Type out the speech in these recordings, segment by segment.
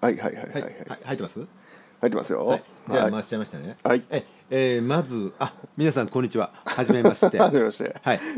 はいはいはいははいい、ははいい、入ってます。入ってますよ、はい、じゃあ、は回しちゃいましたね。いはいえ、えーまず、あ、皆さん、こんにちは。はじめま して。ははじめましてい、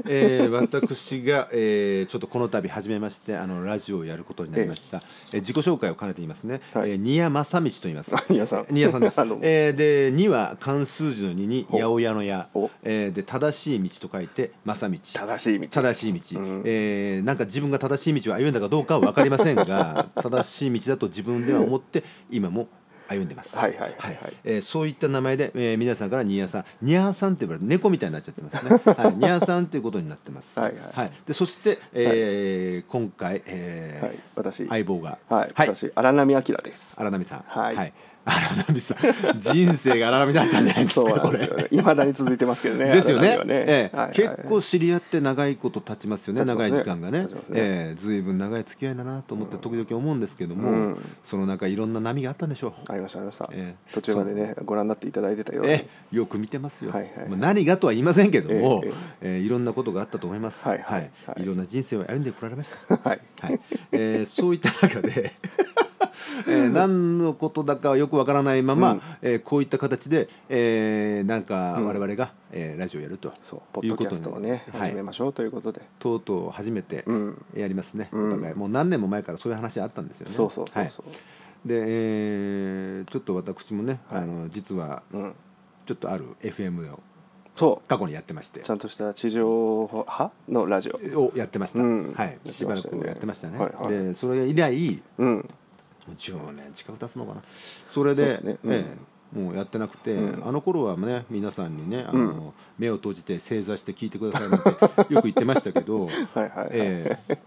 えー私が、えーちょっとこの度初めましてあのラジオをやることになりました、えー自己紹介を兼ねて言いますね、はいえー新谷正道と言いますあ皆さん新谷さんですあどう。もえーで二は漢数字の二にほ八百屋の八ほ、えーで正しい道と書いて正道。正しい道正しい道、うんえーなんか自分が正しい道を歩んだかどうかは分かりませ んが正しい道だと自分では思って今も歩んでます。はいはいはいはいえーそういった名前で、えー皆さんからニヤさん、ニヤさんって言われて猫みたいになっちゃってますね。 はい、ニヤさんということになってます。はいはいでそして、えー今回、えーはい私はい、相棒が私荒波明です荒波さん。はい荒波さん、人生が荒波だったんじゃないですそか。うなんこれですよねいまだに続いてますけどねですよね荒波はええはいはい結構知り合って長いこと経ちますよね経ちますね長い時間がね経ちますねええずいぶん長い付き合いだなと思って時々思うんですけども、うんその中いろんな波があったんでしょう、ありましたありました、ええ途中までねご覧になっていただいてたように、ええよく見てますよ、はいはいはいまあ、何がとは言いませんけども、ええええいろんなことがあったと思います、はいはいはいい、ろんな人生を歩んでこられました はいはい、えーそういった中 で、えー何のことだかよくわからないまま、うんえーこういった形で、えーなんかうん我々が、えーラジオをやるとそうポッドキャストをねいうことになるはい始めましょうということで、とうとう初めてうんやりますね、うんお互いもう何年も前からそういう話あったんですよね。そうそうそうはいそう、で、えーちょっと私もね、はいあの実はうんちょっとある FM をそ過去にやってましてうちゃんとした地上波のラジオをやってました、うんはいやってましたねしばらくやってましたね、はいはいでそれ以来うんもう10年近く経つのかなそれでそうですねうんええもうやってなくて、うんあの頃はね皆さんにねあの、うん目を閉じて正座して聞いてくださいなんてよく言ってましたけ ど、はいはいはい、え え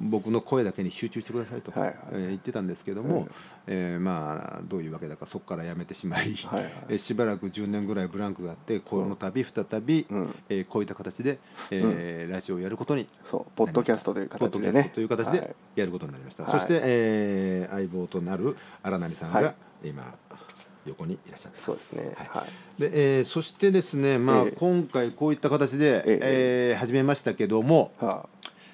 僕の声だけに集中してくださいと、はいはいええ言ってたんですけども、うんええまあどういうわけだかそこからやめてしまい、はいはいええしばらく10年ぐらいブランクがあってこの度再び、うんええこういった形で、ええラジオをやることにそうポッドキャストというポ形ッドキでャスねトという形はでやることになりました、はいそして、えー相棒となる荒波さんはいが今横にいらっしゃいますそうですねはいはいでえーそしてですね、まあええ今回こういった形で、えええー始めましたけどもは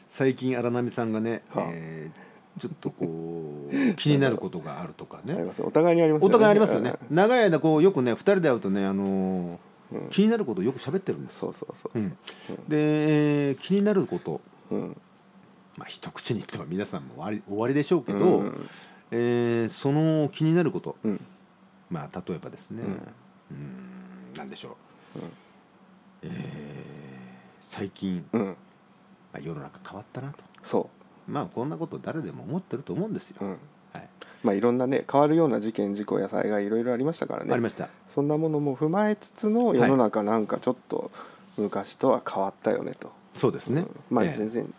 最近荒波さんがね、はあえーちょっとこ う気になることがあるとかあ、ありねますお互いにありますよねお互いありますよね長い間こうよくね2人で会うとね、あのーうん気になることをよく喋ってるんですよそうそうそううんで、えー気になることうんまあ、一口に言っても皆さんも終わり終わりでしょうけど、うんえーその気になること、うんまあ、例えばですね、ううんん、なんでしょうんう、えー最近、うんまあ、世の中変わったなと、そまあ、こんなこと誰でも思ってると思うんですよ。ううんはいまあいろんなね変わるような事件事故や災害いろいろありましたからねありましたそんなものも踏まえつつの世の中なんかちょっと昔とは変わったよねと、そうですね、うんまあええ全然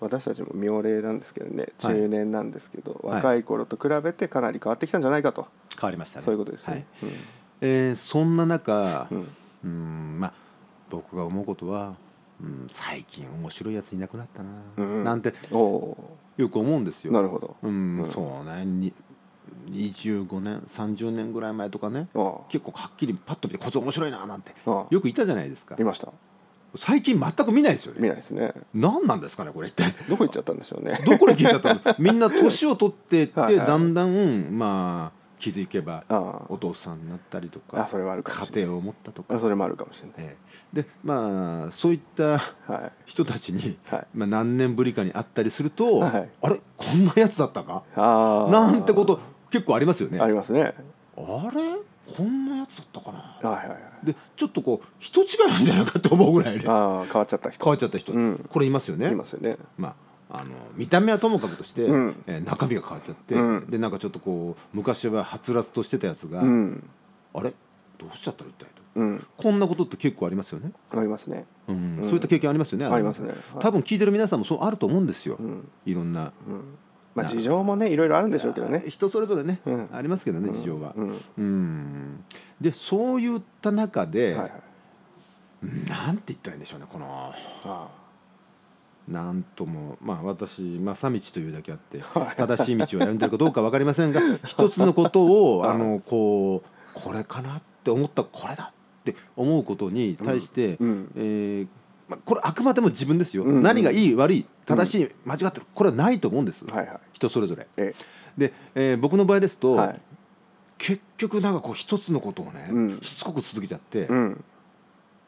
私たちも妙齢なんですけどねはい中年なんですけど、はい若い頃と比べてかなり変わってきたんじゃないかと、変わりましたねそういうことですはねい。えーそんな中、ううんんうんまあ、僕が思うことは、うん、最近面白いやついなくなったな、うんなんておおよく思うんですーよ。なるほど。うん、うんそうねに25年30年ぐらい前とかねあ結構はっきりパッと見てこいつ面白いななんてあああよくいたじゃないですかいました。最近全く見ないですよ見ねないですね。何なんですかねこれってどこ行っちゃったんでしょう ね。どこで消えちゃった のみんな年を取ってってはいはいだんだんまあ気づけばあお父さんになったりとあ、あかそれはあるかもしれ家庭を持ったとない。あか、それもあるかもしれない。ええでまあそういったはい人たちに、はい。まあ、何年ぶりかに会ったりすると、はいあれこんなやつだったかああ。なんてこと結構ありますよね。ありますね。はいあれこんなやつだったかなはいはい。でちょっとこう人違いなんじゃないかと思うぐらいね変わああ、変わっちゃった人。っちゃった人、うん。これいますよねいますよね。まあ、あの見た目はともかくとして、うんえー中身が変わっちゃって、うんでなんかちょっとこう昔ははつらつとしてたやつが、うん。あれどうしちゃったの一体とうん。こんなことって結構ありますよね、ありますね。うんうんそういった経験ありますよねありますね。あの多分聞いてる皆さんもそうあると思うんですよ、うん。いろんなうん。まあ、事情もね、いろいろあるんでしょうけどね。人それぞれね、うんありますけどね事情は、うん。うんでそういった中はで、いはい。なんて言ったらいいんでしょうねこのあなんともまあ私正道というだけあってあ。はい。正しい道を歩んでるかどうか分かりま せんが一つのことをはいあのこうこれかなって思ったこれだって思うことに対して、うん。えーまあ、これあくまでも自分ですよ、うんうん何がいい悪い正しい間違ってるこれはないと思うんです、はいはい人それぞれ。えで、えー僕の場合ですと、はい結局なんかこう一つのことをね、うんしつこく続けちゃって、うん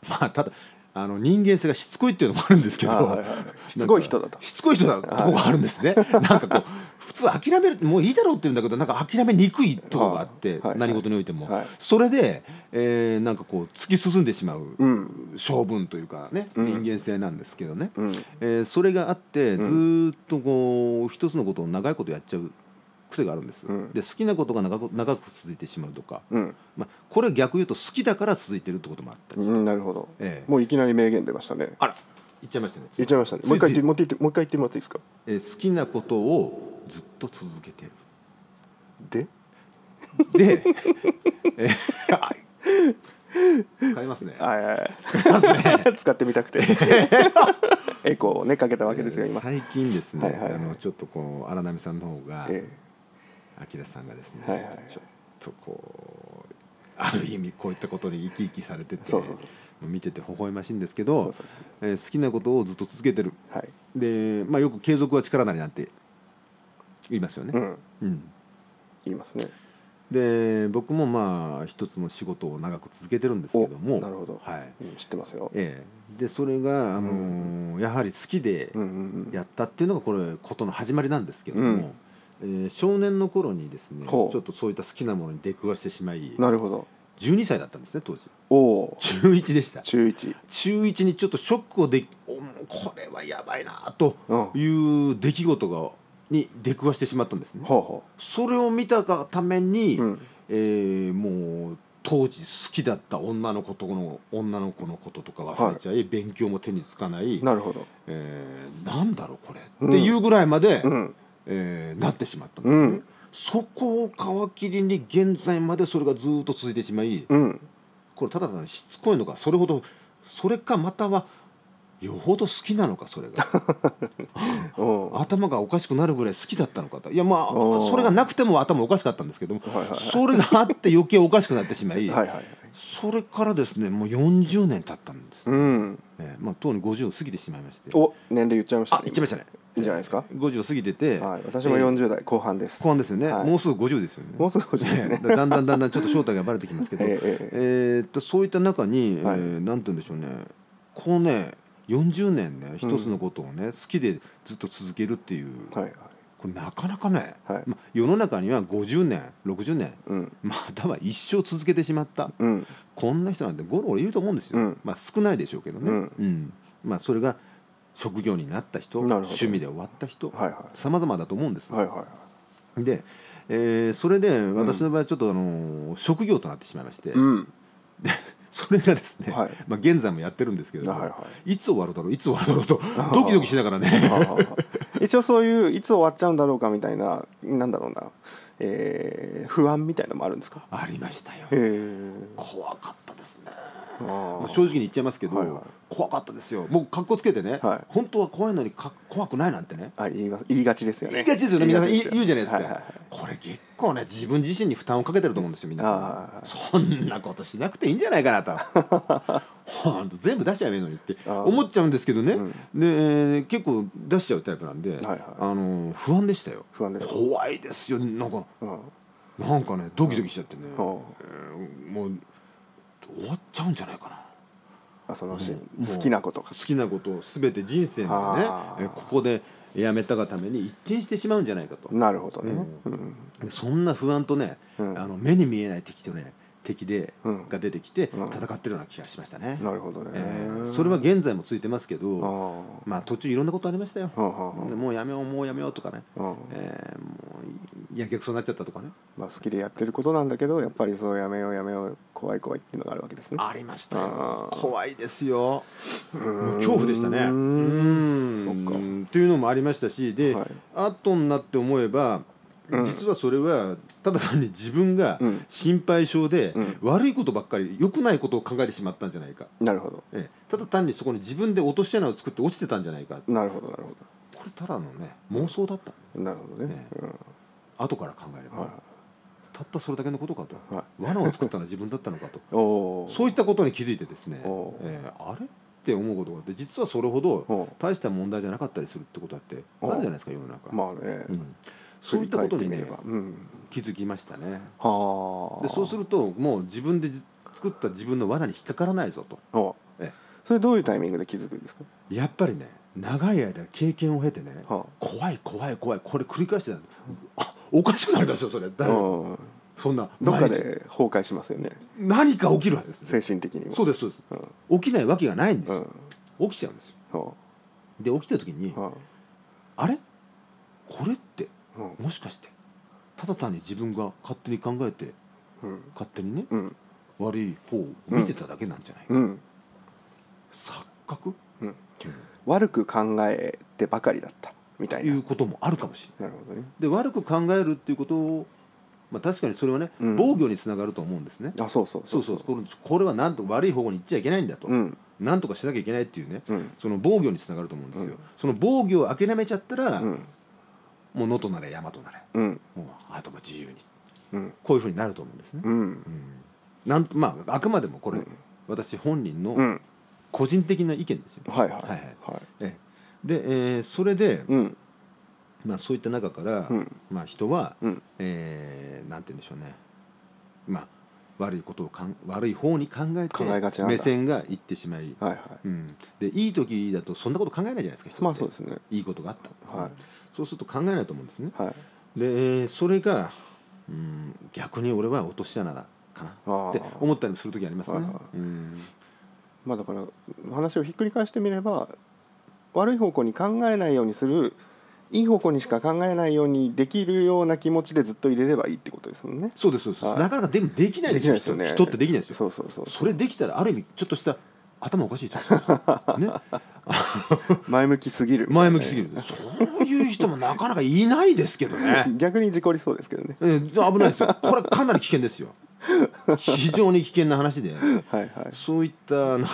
まあただあの人間性がしつこいっていうのもあるんですけど、あーはいはい しつこい人だとしつこい人だとこがあるんですね、なんかこう普通諦めるもういいだろうって言うんだけどなんか諦めにくいとこがあって、はいはい何事においても、はいそれで、えーなんかこう突き進んでしまううん性分というかね、うん人間性なんですけどね、うんえーそれがあってうんずーっとこう一つのことを長いことやっちゃう癖があるんです、うんで好きなことが長く長く続いてしまうとか、うんまあ、これは逆言うと好きだから続いてるってこともあったりして、うんなるほどええもういきなり名言出ましたねあら言っちゃいましたね言っちゃいましたねついもう一回つい言ってもう一回言ってもう一回言ってもらっていいですかえー好きなことをずっと続けてるでで、 えーあ使いますねはいはいはい使いますね使 ってみたく て エコーをねかけたわけですよえー今最近ですね、はいはいはいあのちょっとこう荒波さんの方が、えあきらさんがですね、はいはいちょっとこうある意味こういったことに生き生きされてえてそうそう見てて微笑ましいんですけそうど、そうえー好きなことをずっと続けてるはいで、まあ、よく継続は力なりなんて言いますようね。んうん言いますねで僕もまあ一つの仕事を長く続けてるんですけどもなるほどはいうん知ってますよええでそれが、あのーやはり好きでうんうんうんやったっていうのがこれことの始まりなんですけども、えー少年の頃にですねちほうょっとそういった好きなものに出くわしてしまいなるほど12歳だったんですね当時おおー中1でした中一中1にちょっとショックをでおこれはやばいなとうんほういう出来事がに出くわしてしまったんですねほそれを見たがために、ううんえーもう当時好きだった女の子との女の子のこととか忘れちゃい、勉強も手につかないなるほどえーなんだろうこれ、うんっていうぐらいまで、うんえーなってしまったんですね、うんそこを皮切りに現在までそれがずーっと続いてしまいうんこれただ単にしつこいのかそれほどそれかまたはよほど好きなのかそれ がおー頭がおかしくなるぐらい好きだったのかといやまあおーそれがなくても頭おかしかったんですけどもはいはいはいそれがあって余計おかしくなってしまい、はいはいはいそれからですねもう40年経ったんです、うんえーまあ、とうに50を過ぎてしまいましてお年齢言っちゃいましたあ言っちゃいましたねいいんじゃないですか50を過ぎてて、はい私も40代後半です後半ですよね、はいもうすぐ50ですよね。もうすぐ50ですねだんだんだんだんちょっと正体がバレてきますけど、えええええーっとそういった中に、はいえーなんて言うんでしょうねこうね40年ね一つのことをね、好きでずっと続けるっていう、はいはいこれなかなかね、はいま、世の中には50年60年うんまたは一生続けてしまったうんこんな人なんてゴロゴロいると思うんですよ、うんまあ少ないでしょうけどね、うんまあ、それが職業になった人なるほど趣味で終わった人はいは様々だと思うんですいはいはで、えーそれで私の場合はちょっと、あのー職業となってしまいまして、いうんそれがですね、はいまあ、現在もやってるんですけれどはいも、、はいつ終わるだろういつ終わるだろ うとードキドキしながらねい一応そういういつ終わっちゃうんだろうかみたいななんだろうなえー不安みたいなのもあるんですかありましたよへえ怖かったですね、ままあ、正直に言っちゃいますけど、はいはい怖かったですよもうかっこつけてね、はい本当は怖いのにか怖くないなんてねあ言います言いがちですよね言いがちですよね皆さん言い言うじゃないですか、はいはいはいこれ結構ね自分自身に負担をかけてると思うんですよ皆さんあーそんなことしなくていいんじゃないかなと ほんと全部出しちゃえばいいのにってあー思っちゃうんですけどね、うんで結構出しちゃうタイプなんで、はいはいあの不安でしたよ不安です怖いですよなんかうんうんなんかねドキドキしちゃってね、うんえーもう終わっちゃうんじゃないかなあそのシーンもう好きなことが好きなことを全て人生までねあーえーここでやめたがために一転してしまうんじゃないかと、なるほどねううんでそんな不安とね、うんあの目に見えない敵とね敵で、うんが出てきてうん戦ってるような気がしましたね、なるほどね、えーそれは現在もついてますけあどーまあ途中いろんなことありましたよ、はあはあはでもうやめようもうやめようとかね、あうんえーもうやけくそになっちゃったとかねまあ、好きでやってることなんだけどやっぱりそうやめようやめよう怖い怖いっていうのがあるわけですねありましたあよー怖いですよももう恐怖でしたねうーんっていうのもありましたしで、はい後になって思えばうん実はそれはただ単に自分がうん心配性でうん悪いことばっかり良くないことを考えてしまったんじゃないか、なるほどええただ単にそこに自分で落とし穴を作って落ちてたんじゃないかなるほどなるほこれただのね妄想だったどなるほどねね、後から考えれうん、はばたったそれだけのことかといはい罠を作ったのは自分だったのかとおおそういったことに気づいてですね、 おうえーあれって思うことがあって実はそれほどうん大した問題じゃなかったりするってことだってあるじゃないですか世の中、まあね、うんそういったことに振ねり返ってみればうん、気づきましたねはあでそうするともう自分でじ作った自分の罠に引っかからないぞとおええそれどういうタイミングで気づくんですか、やっぱりね長い間経験を経てねは怖い怖い怖いこれ繰り返してたのあおかしくなりますよそれあ、誰もうんそんなどっか毎日で崩壊しますよね何か起きるはずです、精ね、神的にもそううですそうですうん起きないわけがないんですうよん起きちゃうんですよはで起きた時にあはあれこれってあうんもしかしてただ単に自分が勝手に考えてうん勝手にねうん悪い方を見てただけなんじゃないか、うん錯覚、うんうん悪く考えてばかりだったみたいいなうこともあるかもしれないなるほどね、で悪く考えるっていうことを、まあ、確かにそれはねうん防御につながると思うんですね、あそうそうそうそうこれこれはなんと悪い方向に行っちゃいけないんだと、うんなんとかしなきゃいけないっていうねうんその防御につながると思うんですよ、うんその防御を諦めちゃったら、うんもう野となれ山となれうんもうあとも自由にうんこういうふうになると思うんですね、うんうんなんまあ、あくまでもここれ、私本人うのん個人的な意見ですよ、はいはいはいはいはいええで、えーそれで、うんまあ、そういった中から、うんまあ、人は、うんえーなんて言うんでしょうね、まあ、悪いことをかん悪い方に考えて考えがちなんだ目線がいってしまい、はいはいうん、でいい時だとそんなこと考えないじゃないですか人って、まあそうですねいいことがあった、はいそうすると考えないと思うんですねはいでえーそれが、うん、逆に俺は落とし穴だかなああって思ったりもする時ありますねはいは、うん、まあだから話をひっくり返してみれば悪い方向に考えないようにするいい方向にしか考えないようにできるような気持ちでずっと入れればいいってことですもんね。そうですそうです、はいなかなかでもできないですよできないですよね人人ってできないですよそうそうそうそれできたらある意味ちょっとした頭おかしい人です よね前向きすぎる前向きすぎるそういう人もなかなかいないですけどね 逆に事故りそうですけどね。え危ないですよこれかなり危険ですよ非常に危険な話ではいはいそういったあの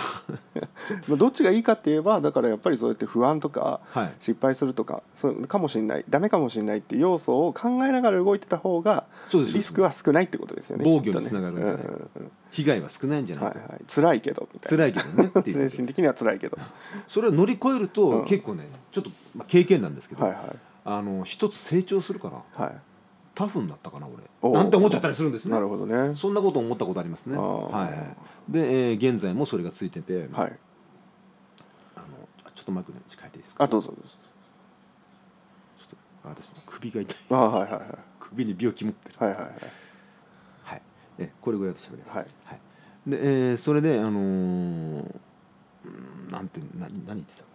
まあ、どっちがいいかって言えばだからやっぱりそうやって不安とかはい失敗するとかそうかもしれないダメかもしれないっていう要素を考えながら動いてた方がそうですリスクは少ないってことですよね。防御きっとねにつながるんじゃないうんうんうん被害は少ないんじゃなはいいか、はい辛いけどみたいな辛いけどねっていう精神的には辛いけどそれを乗り越えるうとん結構ねちょっと、まあ、経験なんですけど、はいはあの一つ成長するからいはい。タフになったかなお俺うなんて思っちゃったりするんですねなるほどね。そんなこと思ったことありますねあーはいはいで、えー現在もそれがついてて、はい。あのあちょっとマイクの位置変えていいですかあどうぞどうぞ。ちょっとあ私の首が痛いあはいはいは首に病気持ってるいはいはいはい。はいえこれぐらいで喋りますはい、で、えーそれであのーうんなんて何何言ってたか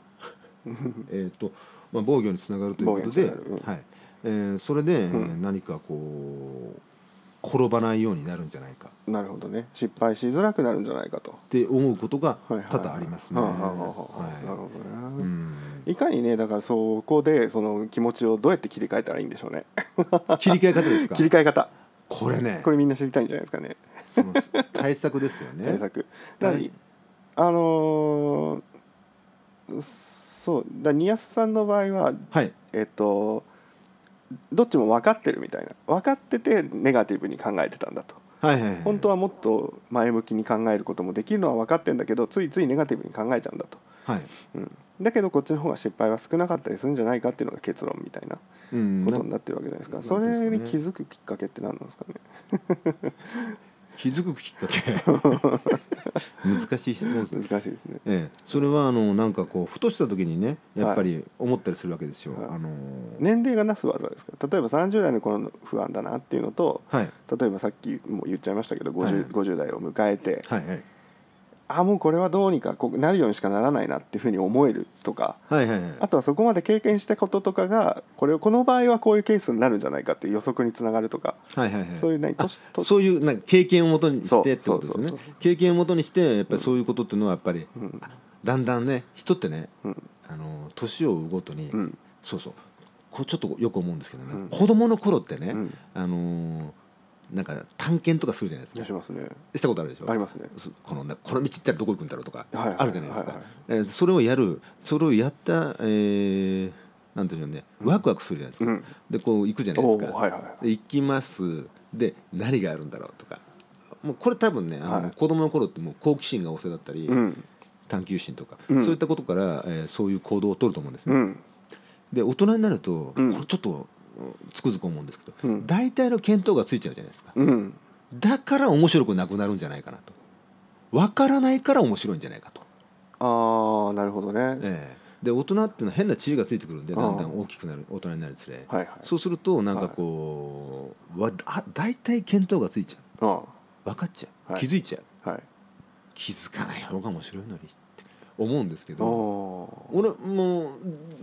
なえっと、まあ、防御につながるということで、防御につながるうんはいえーそれで、えーう何かこう転ばないようになるんじゃないかなるほどね。失敗しづらくなるんじゃないかと。って思うことがはいはいはい多々ありますねはあはあはあはあなるはほいどね。うんいかにねだからそこでその気持ちをどうやって切り替えたらいいんでしょうね。切り替え方ですか切り替え方。これねこれみんな知りたいんじゃないですかね。その対策ですよ対ね策。だからあのーそうだからニアスさんの場合ははいえっと。どっちも分かってるみたいな分かっててネガティブに考えてたんだとはいはいはい本当はもっと前向きに考えることもできるのは分かってんだけどついついネガティブに考えちゃうんだと、はいうん、だけどこっちの方が失敗は少なかったりするんじゃないかっていうのが結論みたいなうんことになってるわけじゃないですか、うんそれなんにです気かねづくきっかけって何なんですかね気づくきっかけ難しい質問ですね、 難しいですねええ、それはあのなんかこうふとした時にねやっぱり思ったりするわけですよ、はいあの年齢がなす技ですから例えば30代の頃の不安だなっていうのとはい例えばさっきも言っちゃいましたけど 50,、はい50代を迎えてはいはいあもうこれはどうにかこうなるようにしかならないなっていうふうに思えるとかはいはいはいあとはそこまで経験したこととかがこれをこの場合はこういうケースになるんじゃないかっていう予測につながるとか、はいはいはいそういう何あ年とそういうなんか経験をもとにそうしてってことですよねそうそうそう経験をもとにしてやっぱりそういうことっていうのはやっぱりうんだんだんね人ってね、うんあの年を追うごとに、うんそうそうこうちょっとよく思うんですけどね、うん子供の頃ってね、うんあのーなんか探検とかするじゃないですいかやしますねしたことあるでしょありますねそこのねこの道行ったらどこ行くんだろうとかはいはいあるじゃないですか、はいはいえーそれをやるそれをやった、えーなんていうのねうんワクワクするじゃないですうか、んでこう行くじゃないでおすーか、はいはいで行きますで何があるんだろうとかもうこれ多分ねあの、はい子供の頃ってもう好奇心が旺盛だったり、うん探求心とか、うんそういったことから、えーそういう行動を取ると思うんですね。うんで大人になると、うんこれちょっとつくづく思うんですけど、うん大体の見当がついちゃうじゃないですか、うんだから面白くなくなるんじゃないかなと分からないから面白いんじゃないかと、ああなるほどね、ええで大人っていうのは変な知恵がついてくるんであだあんだん大きくなる大人になるにつれ、はいはいそうするとなんかこう、わあ大体見当がついちゃあう分かっちゃう、はい気づいちゃうあはい気づかない方が面白いのにって思うんですけおどお俺もう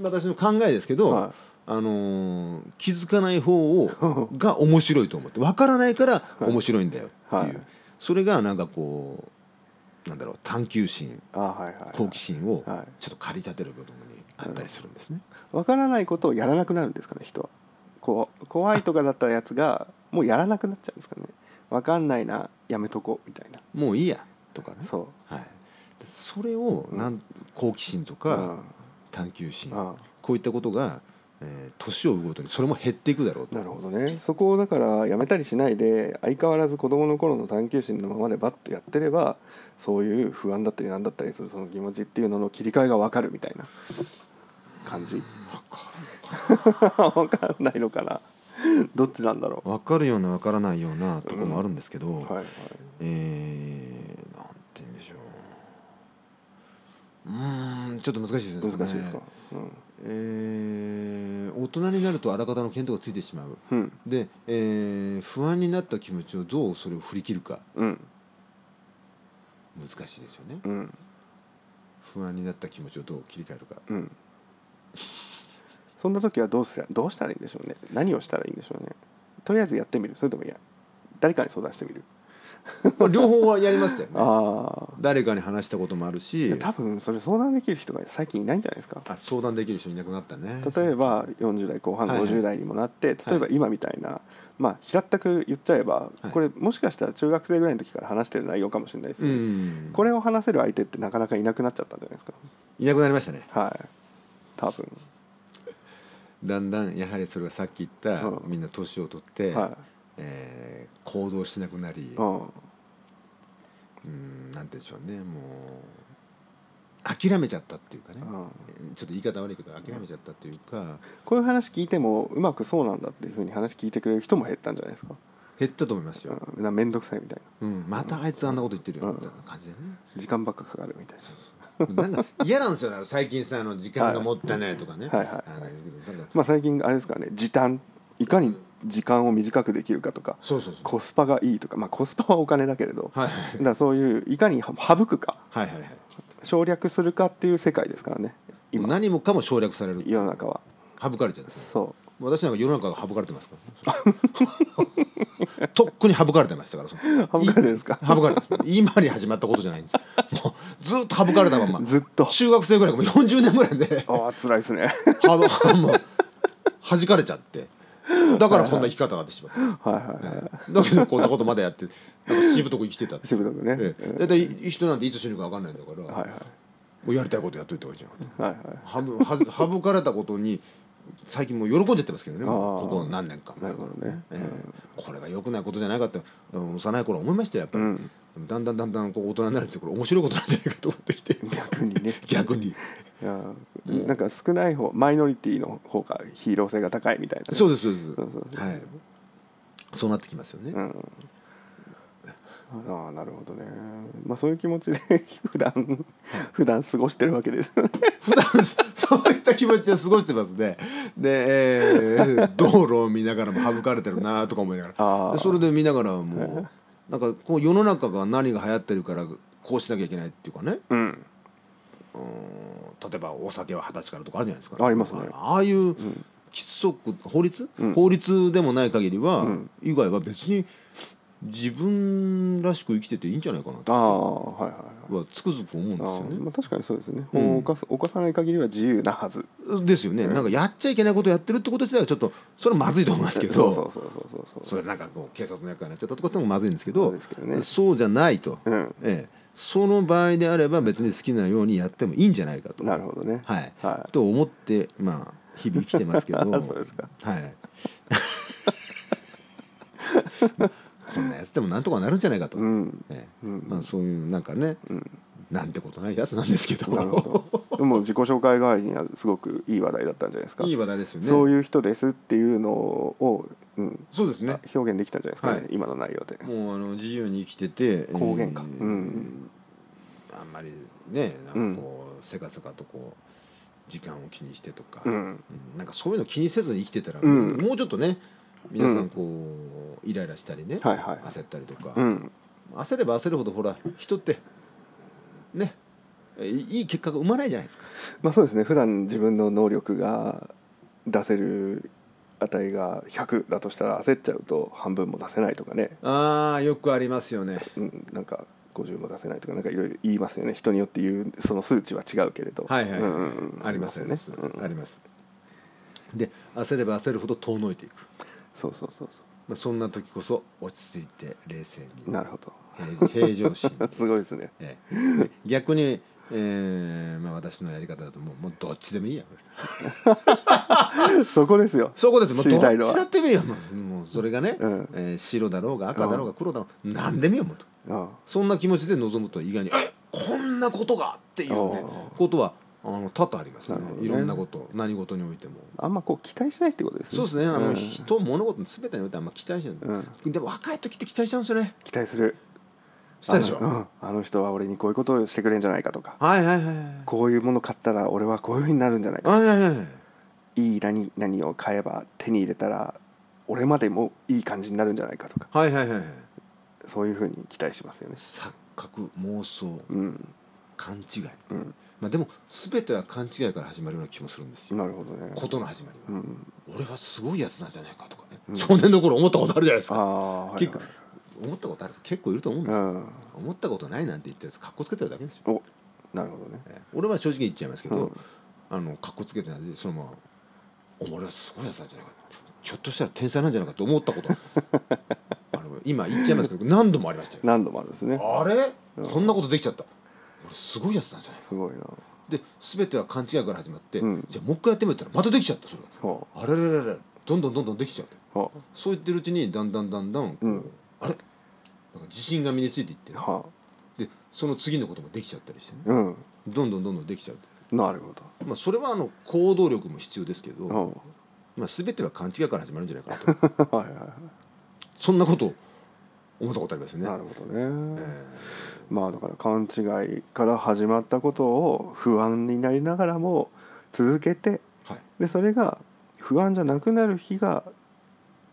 私の考えですけ ど、はあのー気づかない方いをはが面白いと思って分からないからはい面白いんだよっていう、はいそれがなんかこうなんだろう探求心あはいはい好奇心をはいちょっと駆り立てる部分にあったりするんですね。わからないことをやらなくなるんですかね人はこう怖いとかだったやつがもうやらなくなっちゃうんですかねわかんないなやめとこうみたいなもういいやとかね、そはい、でそれをうんなん好奇心とう、うかん、探求心あこういったことが、えー年を追うごとにそれも減っていくだろうとなるほどねそこをだからやめたりしないで相変わらず子どもの頃の探求心のままでバッとやってればそういう不安だったりなんだったりするその気持ちっていうのの切り替えがわかるみたいな感じ分かわかんないのかなどっちなんだろる分かるような分からないようなとこもあるんですけど、うはいはいえー、なんて言うんでしょううーんちょっと難しいですね難しいですかこ、れねえー大人になるとあらかたの見当がついてしまううんうんで、えー不安になった気持ちをどうそれを振り切るかうん難しいですよねうん不安になった気持ちをどう切り替えるかうん、そんな時はどうすりゃどうしたらいいんでしょうね何をしたらいいんでしょうねとりあえずやってみるそれともいや誰かに相談してみるまあ両方はやりましたよね あ誰かに話したこともあるあし多分それ相談できる人が最近いないんじゃないですかあ相談できる人いなくなったね例えば40代後半はいはい50代にもなって例えば今みたいなまあ平たく言っちゃえばはいこれもしかしたら中学生ぐらいの時から話してる内容かもしれないですうよねんこれを話せる相手ってなかなかいなくなっちゃったんじゃないですかいなくなりましたねはい多分だんだんやはりそれはさっき言った、うんみんな年を取って、はえー行動しなくなりい、うんうん、なんて言うんでしょうねもう諦めちゃったっていうかね、うんちょっと言い方悪いけど諦めちゃったっていうかこういう話聞いてもうまくそうなんだっていうふうに話聞いてくれる人も減ったんじゃないですか減ったと思いますよ、うんな面倒くさいみたいうん、またあいつあんなこと言ってるようんみたいな感じでね、な時間ばっかかかるみたいそうそうなんか嫌なんですよだから最近さあの時間がもったいないとかね、はいはいあの言うけどだからなまあ最近あれですからね時短いかに時間を短くできるかとかそうそうそうコスパがいいとかまあコスパはお金だけれどはいはだかいらそういういかに省くかはいはいはい省略するかっていう世界ですからね今今何もかも省略される世の中は省かれちゃうんですそ私なんか世の中が省かれてますから、ね、 とっくに省かれてましたからそのう省かれてるんですか省かれてます今に始まったことじゃないんですもうずっと省かれたままずっと中学生ぐらいもう40年ぐらいでああ辛いです ねはばもう弾かれちゃってだからこんな生き方になってしまっはいはいた、はだけどこんなことまだやってなんかしぶとく生きてたっいて仕事もねええうん大体人なんていつ死ぬか分かんないんだから、はいはいもうやりたいことやっといた方がいいじゃんはいはい省はず 省かれたことに最近もう喜んじゃってますけどねもうあーここ何年か前からなるほどねええうんこれが良くないことじゃないかってうん幼い頃は思いましたよやっぱうり、んだんだんだんだんこう大人になるとこれ面白いことなんじゃないかと思ってきて逆にね逆にいやなんか少ない方マイノリティの方がヒーロー性が高いみたいなね、そうですそうです そうそうそうはいそうなってきますよね、うん、ああなるほどねまあそういう気持ちで 普段普段過ごしてるわけです普段そそういった気持ちで過ごしてますねで、えー道路を見ながらも省かれてるなとか思いながらああでそれで見ながらもうなんかこう世の中が何が流行ってるからこうしなきゃいけないっていうかねうんうーん例えばお酒は二十歳からとかあるじゃないですか、ありますねああいううん規則法律、うん法律でもない限りは、うん以外は別に自分らしく生きてていいんじゃないかなってあはあはいはいはいつくづく思うんであすあよね。まあ、確かにそうですね、うん法を犯す犯さない限りは自由なはずですよね、うんなんかやっちゃいけないことやってるってこと自体はちょっとそれまずいと思いますけどそうそうそうそうそうそうそれなんかこう警察の役になっちゃったとかってもまずいんですけそどうですけどねそうじゃないと、うんええ、その場合であれば別に好きなようにやってもいいんじゃないかと,、なるほどねはい、はいと思ってまあ日々生きてますけど あそうですかはい、 こんなやつでもなんとかなるんじゃないかと、うんええうんまあ、そういうなんかねうんなんてことないやつなんですけどなるほどでも自己紹介代わりにはすごくいい話題だったんじゃないですか いい話題ですよねそういう人ですっていうのを、うん、そうですね表現できたんじゃないですかね、はい今の内容でもうあの自由に生きてて公言かうんあんまりねなんかこうせかせかとこう時間を気にしてとか、うんうんなんかそういうの気にせずに生きてたら、うんもうちょっとね皆さんこうイライラしたりね、はいはい焦ったりとか、うん焦れば焦るほどほら人ってねえいい結果が生まないじゃないですか。まあそうですね普段自分の能力が出せる値が100だとしたら焦っちゃうと半分も出せないとかね、あーよくありますよね。うん、なんか50も出せないとかなんかいろいろ言いますよね人によって言うその数値は違うけれどはいはい、うんうんうんありますよね。あります,、うんで焦れば焦るほど遠のいていく。そうそうそうそまあ、そんな時こそ落ち着いて冷静うになるほど平平常心に すごいですねええで逆に、えーまあ、私のやり方だともうもうどっちでもいいやそこですよそこですもう知りどったいのはちだってもいいよもうもうそれがね、うんえー白だろうが赤だろううが黒だろうが何でもいいよもうとあそんな気持ちで臨むと意外に「えこんなことが!」っていうねああことはあの多々ありますねなるほどねいろんなこと何事においても。あんまこう期待しないってことですねそうですねあの、うん人物事の全てにおいてあんま期待しない、うんでも若い時って期待しちゃうんですよね期待するしたでしょあの,、うん、あの人は俺にこういうことをしてくれんじゃないかとかはいはいはいはいこういうもの買ったら俺はこういうふうになるんじゃないかはいはいはいはいいい何何を買えば手に入れたら俺までもいい感じになるんじゃないかとかはいはいはいはいそういうふうに期待しますよね錯覚妄想うん勘違い、うんまあ、でも全ては勘違いから始まるような気もするんですよなるほどねことの始まりうは、ん、俺はすごいやつなんじゃないかとかね、うん少年の頃思ったことあるじゃないですあかあはい結は構い、思ったことある人結構いると思うんでうすよ、ん、思ったことないなんて言ってるやつかっこつけてるだけですよ、おなるほどね、ええ俺は正直言っちゃいますけど、うん、あのかっこつけてないでそのままお前俺はすごいやつなんじゃないかちょっとしたら天才なんじゃないかと思った ことあの今言っちゃいますけど何度もありましたよ何度もあるんですねあれ、うんこんなことできちゃった俺すごいやつなんじゃないすごいなで全ては勘違いから始まって、うんじゃあもう一回やってみたらまたできちゃったそれがほあれれれれどんどんどんどんできちゃううほそう言ってるうちにだんだんだんだんこう、うんあれなんか自信が身についていってうはでその次のこともできちゃったりしてねあうんどんどんどんどんできちゃうなるほまあそれはあの行動力も必要ですけど、どほまあ、全ては勘違いから始まるんじゃないかなとうはいはいはそんなことを思ったことありますいねな。るほどね、えまあだから勘違いから始まったことを不安になりながらも続けてーはいでそれが不安じゃなくなる日が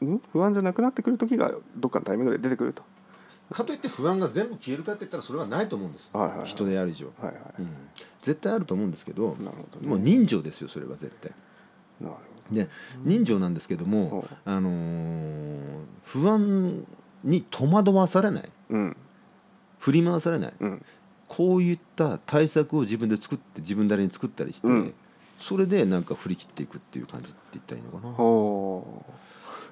ん不安じゃなくなってくる時がどっかのタイミングで出てくると。かといって不安が全部消えるかって言ったらそれはないと思うんです、はいはいはい人である以上、はいはうん絶対あると思うんですけどい、なるほど、ね。もう人情ですよそれは絶対なるほで人情なんですけども、ど。あのー不安に戸惑わされないうん振り回されないうんこういった対策を自分で作って自分なりに作ったりして、うんそれでなんか振り切っていくっていう感じって言ったらいいのかな、ほう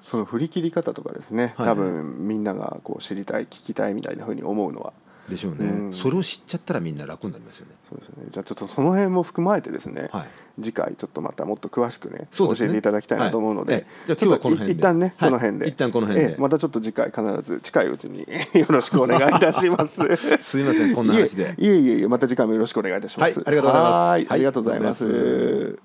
その振り切り方とかですね、はい多分みんながこう知りたい聞きたいみたいなふうに思うのはでしょうね、うんそれを知っちゃったらみんな楽になりますよねそうですねじゃあちょっとその辺も含まえてですね、はい次回ちょっとまたもっと詳しくねそう教ですねえていただきたいなと思うので、ええじゃあ今日はこの辺でちょっと一旦ねはいこの辺で一旦この辺えで、え、またちょっと次回必ず近いうちによろしくお願いいたします。すい ませんこんな話でいえいえいえいえまた次回もよろしくお願いいたします。はいありがとうございますはーはいありがとうございまありがとうございす。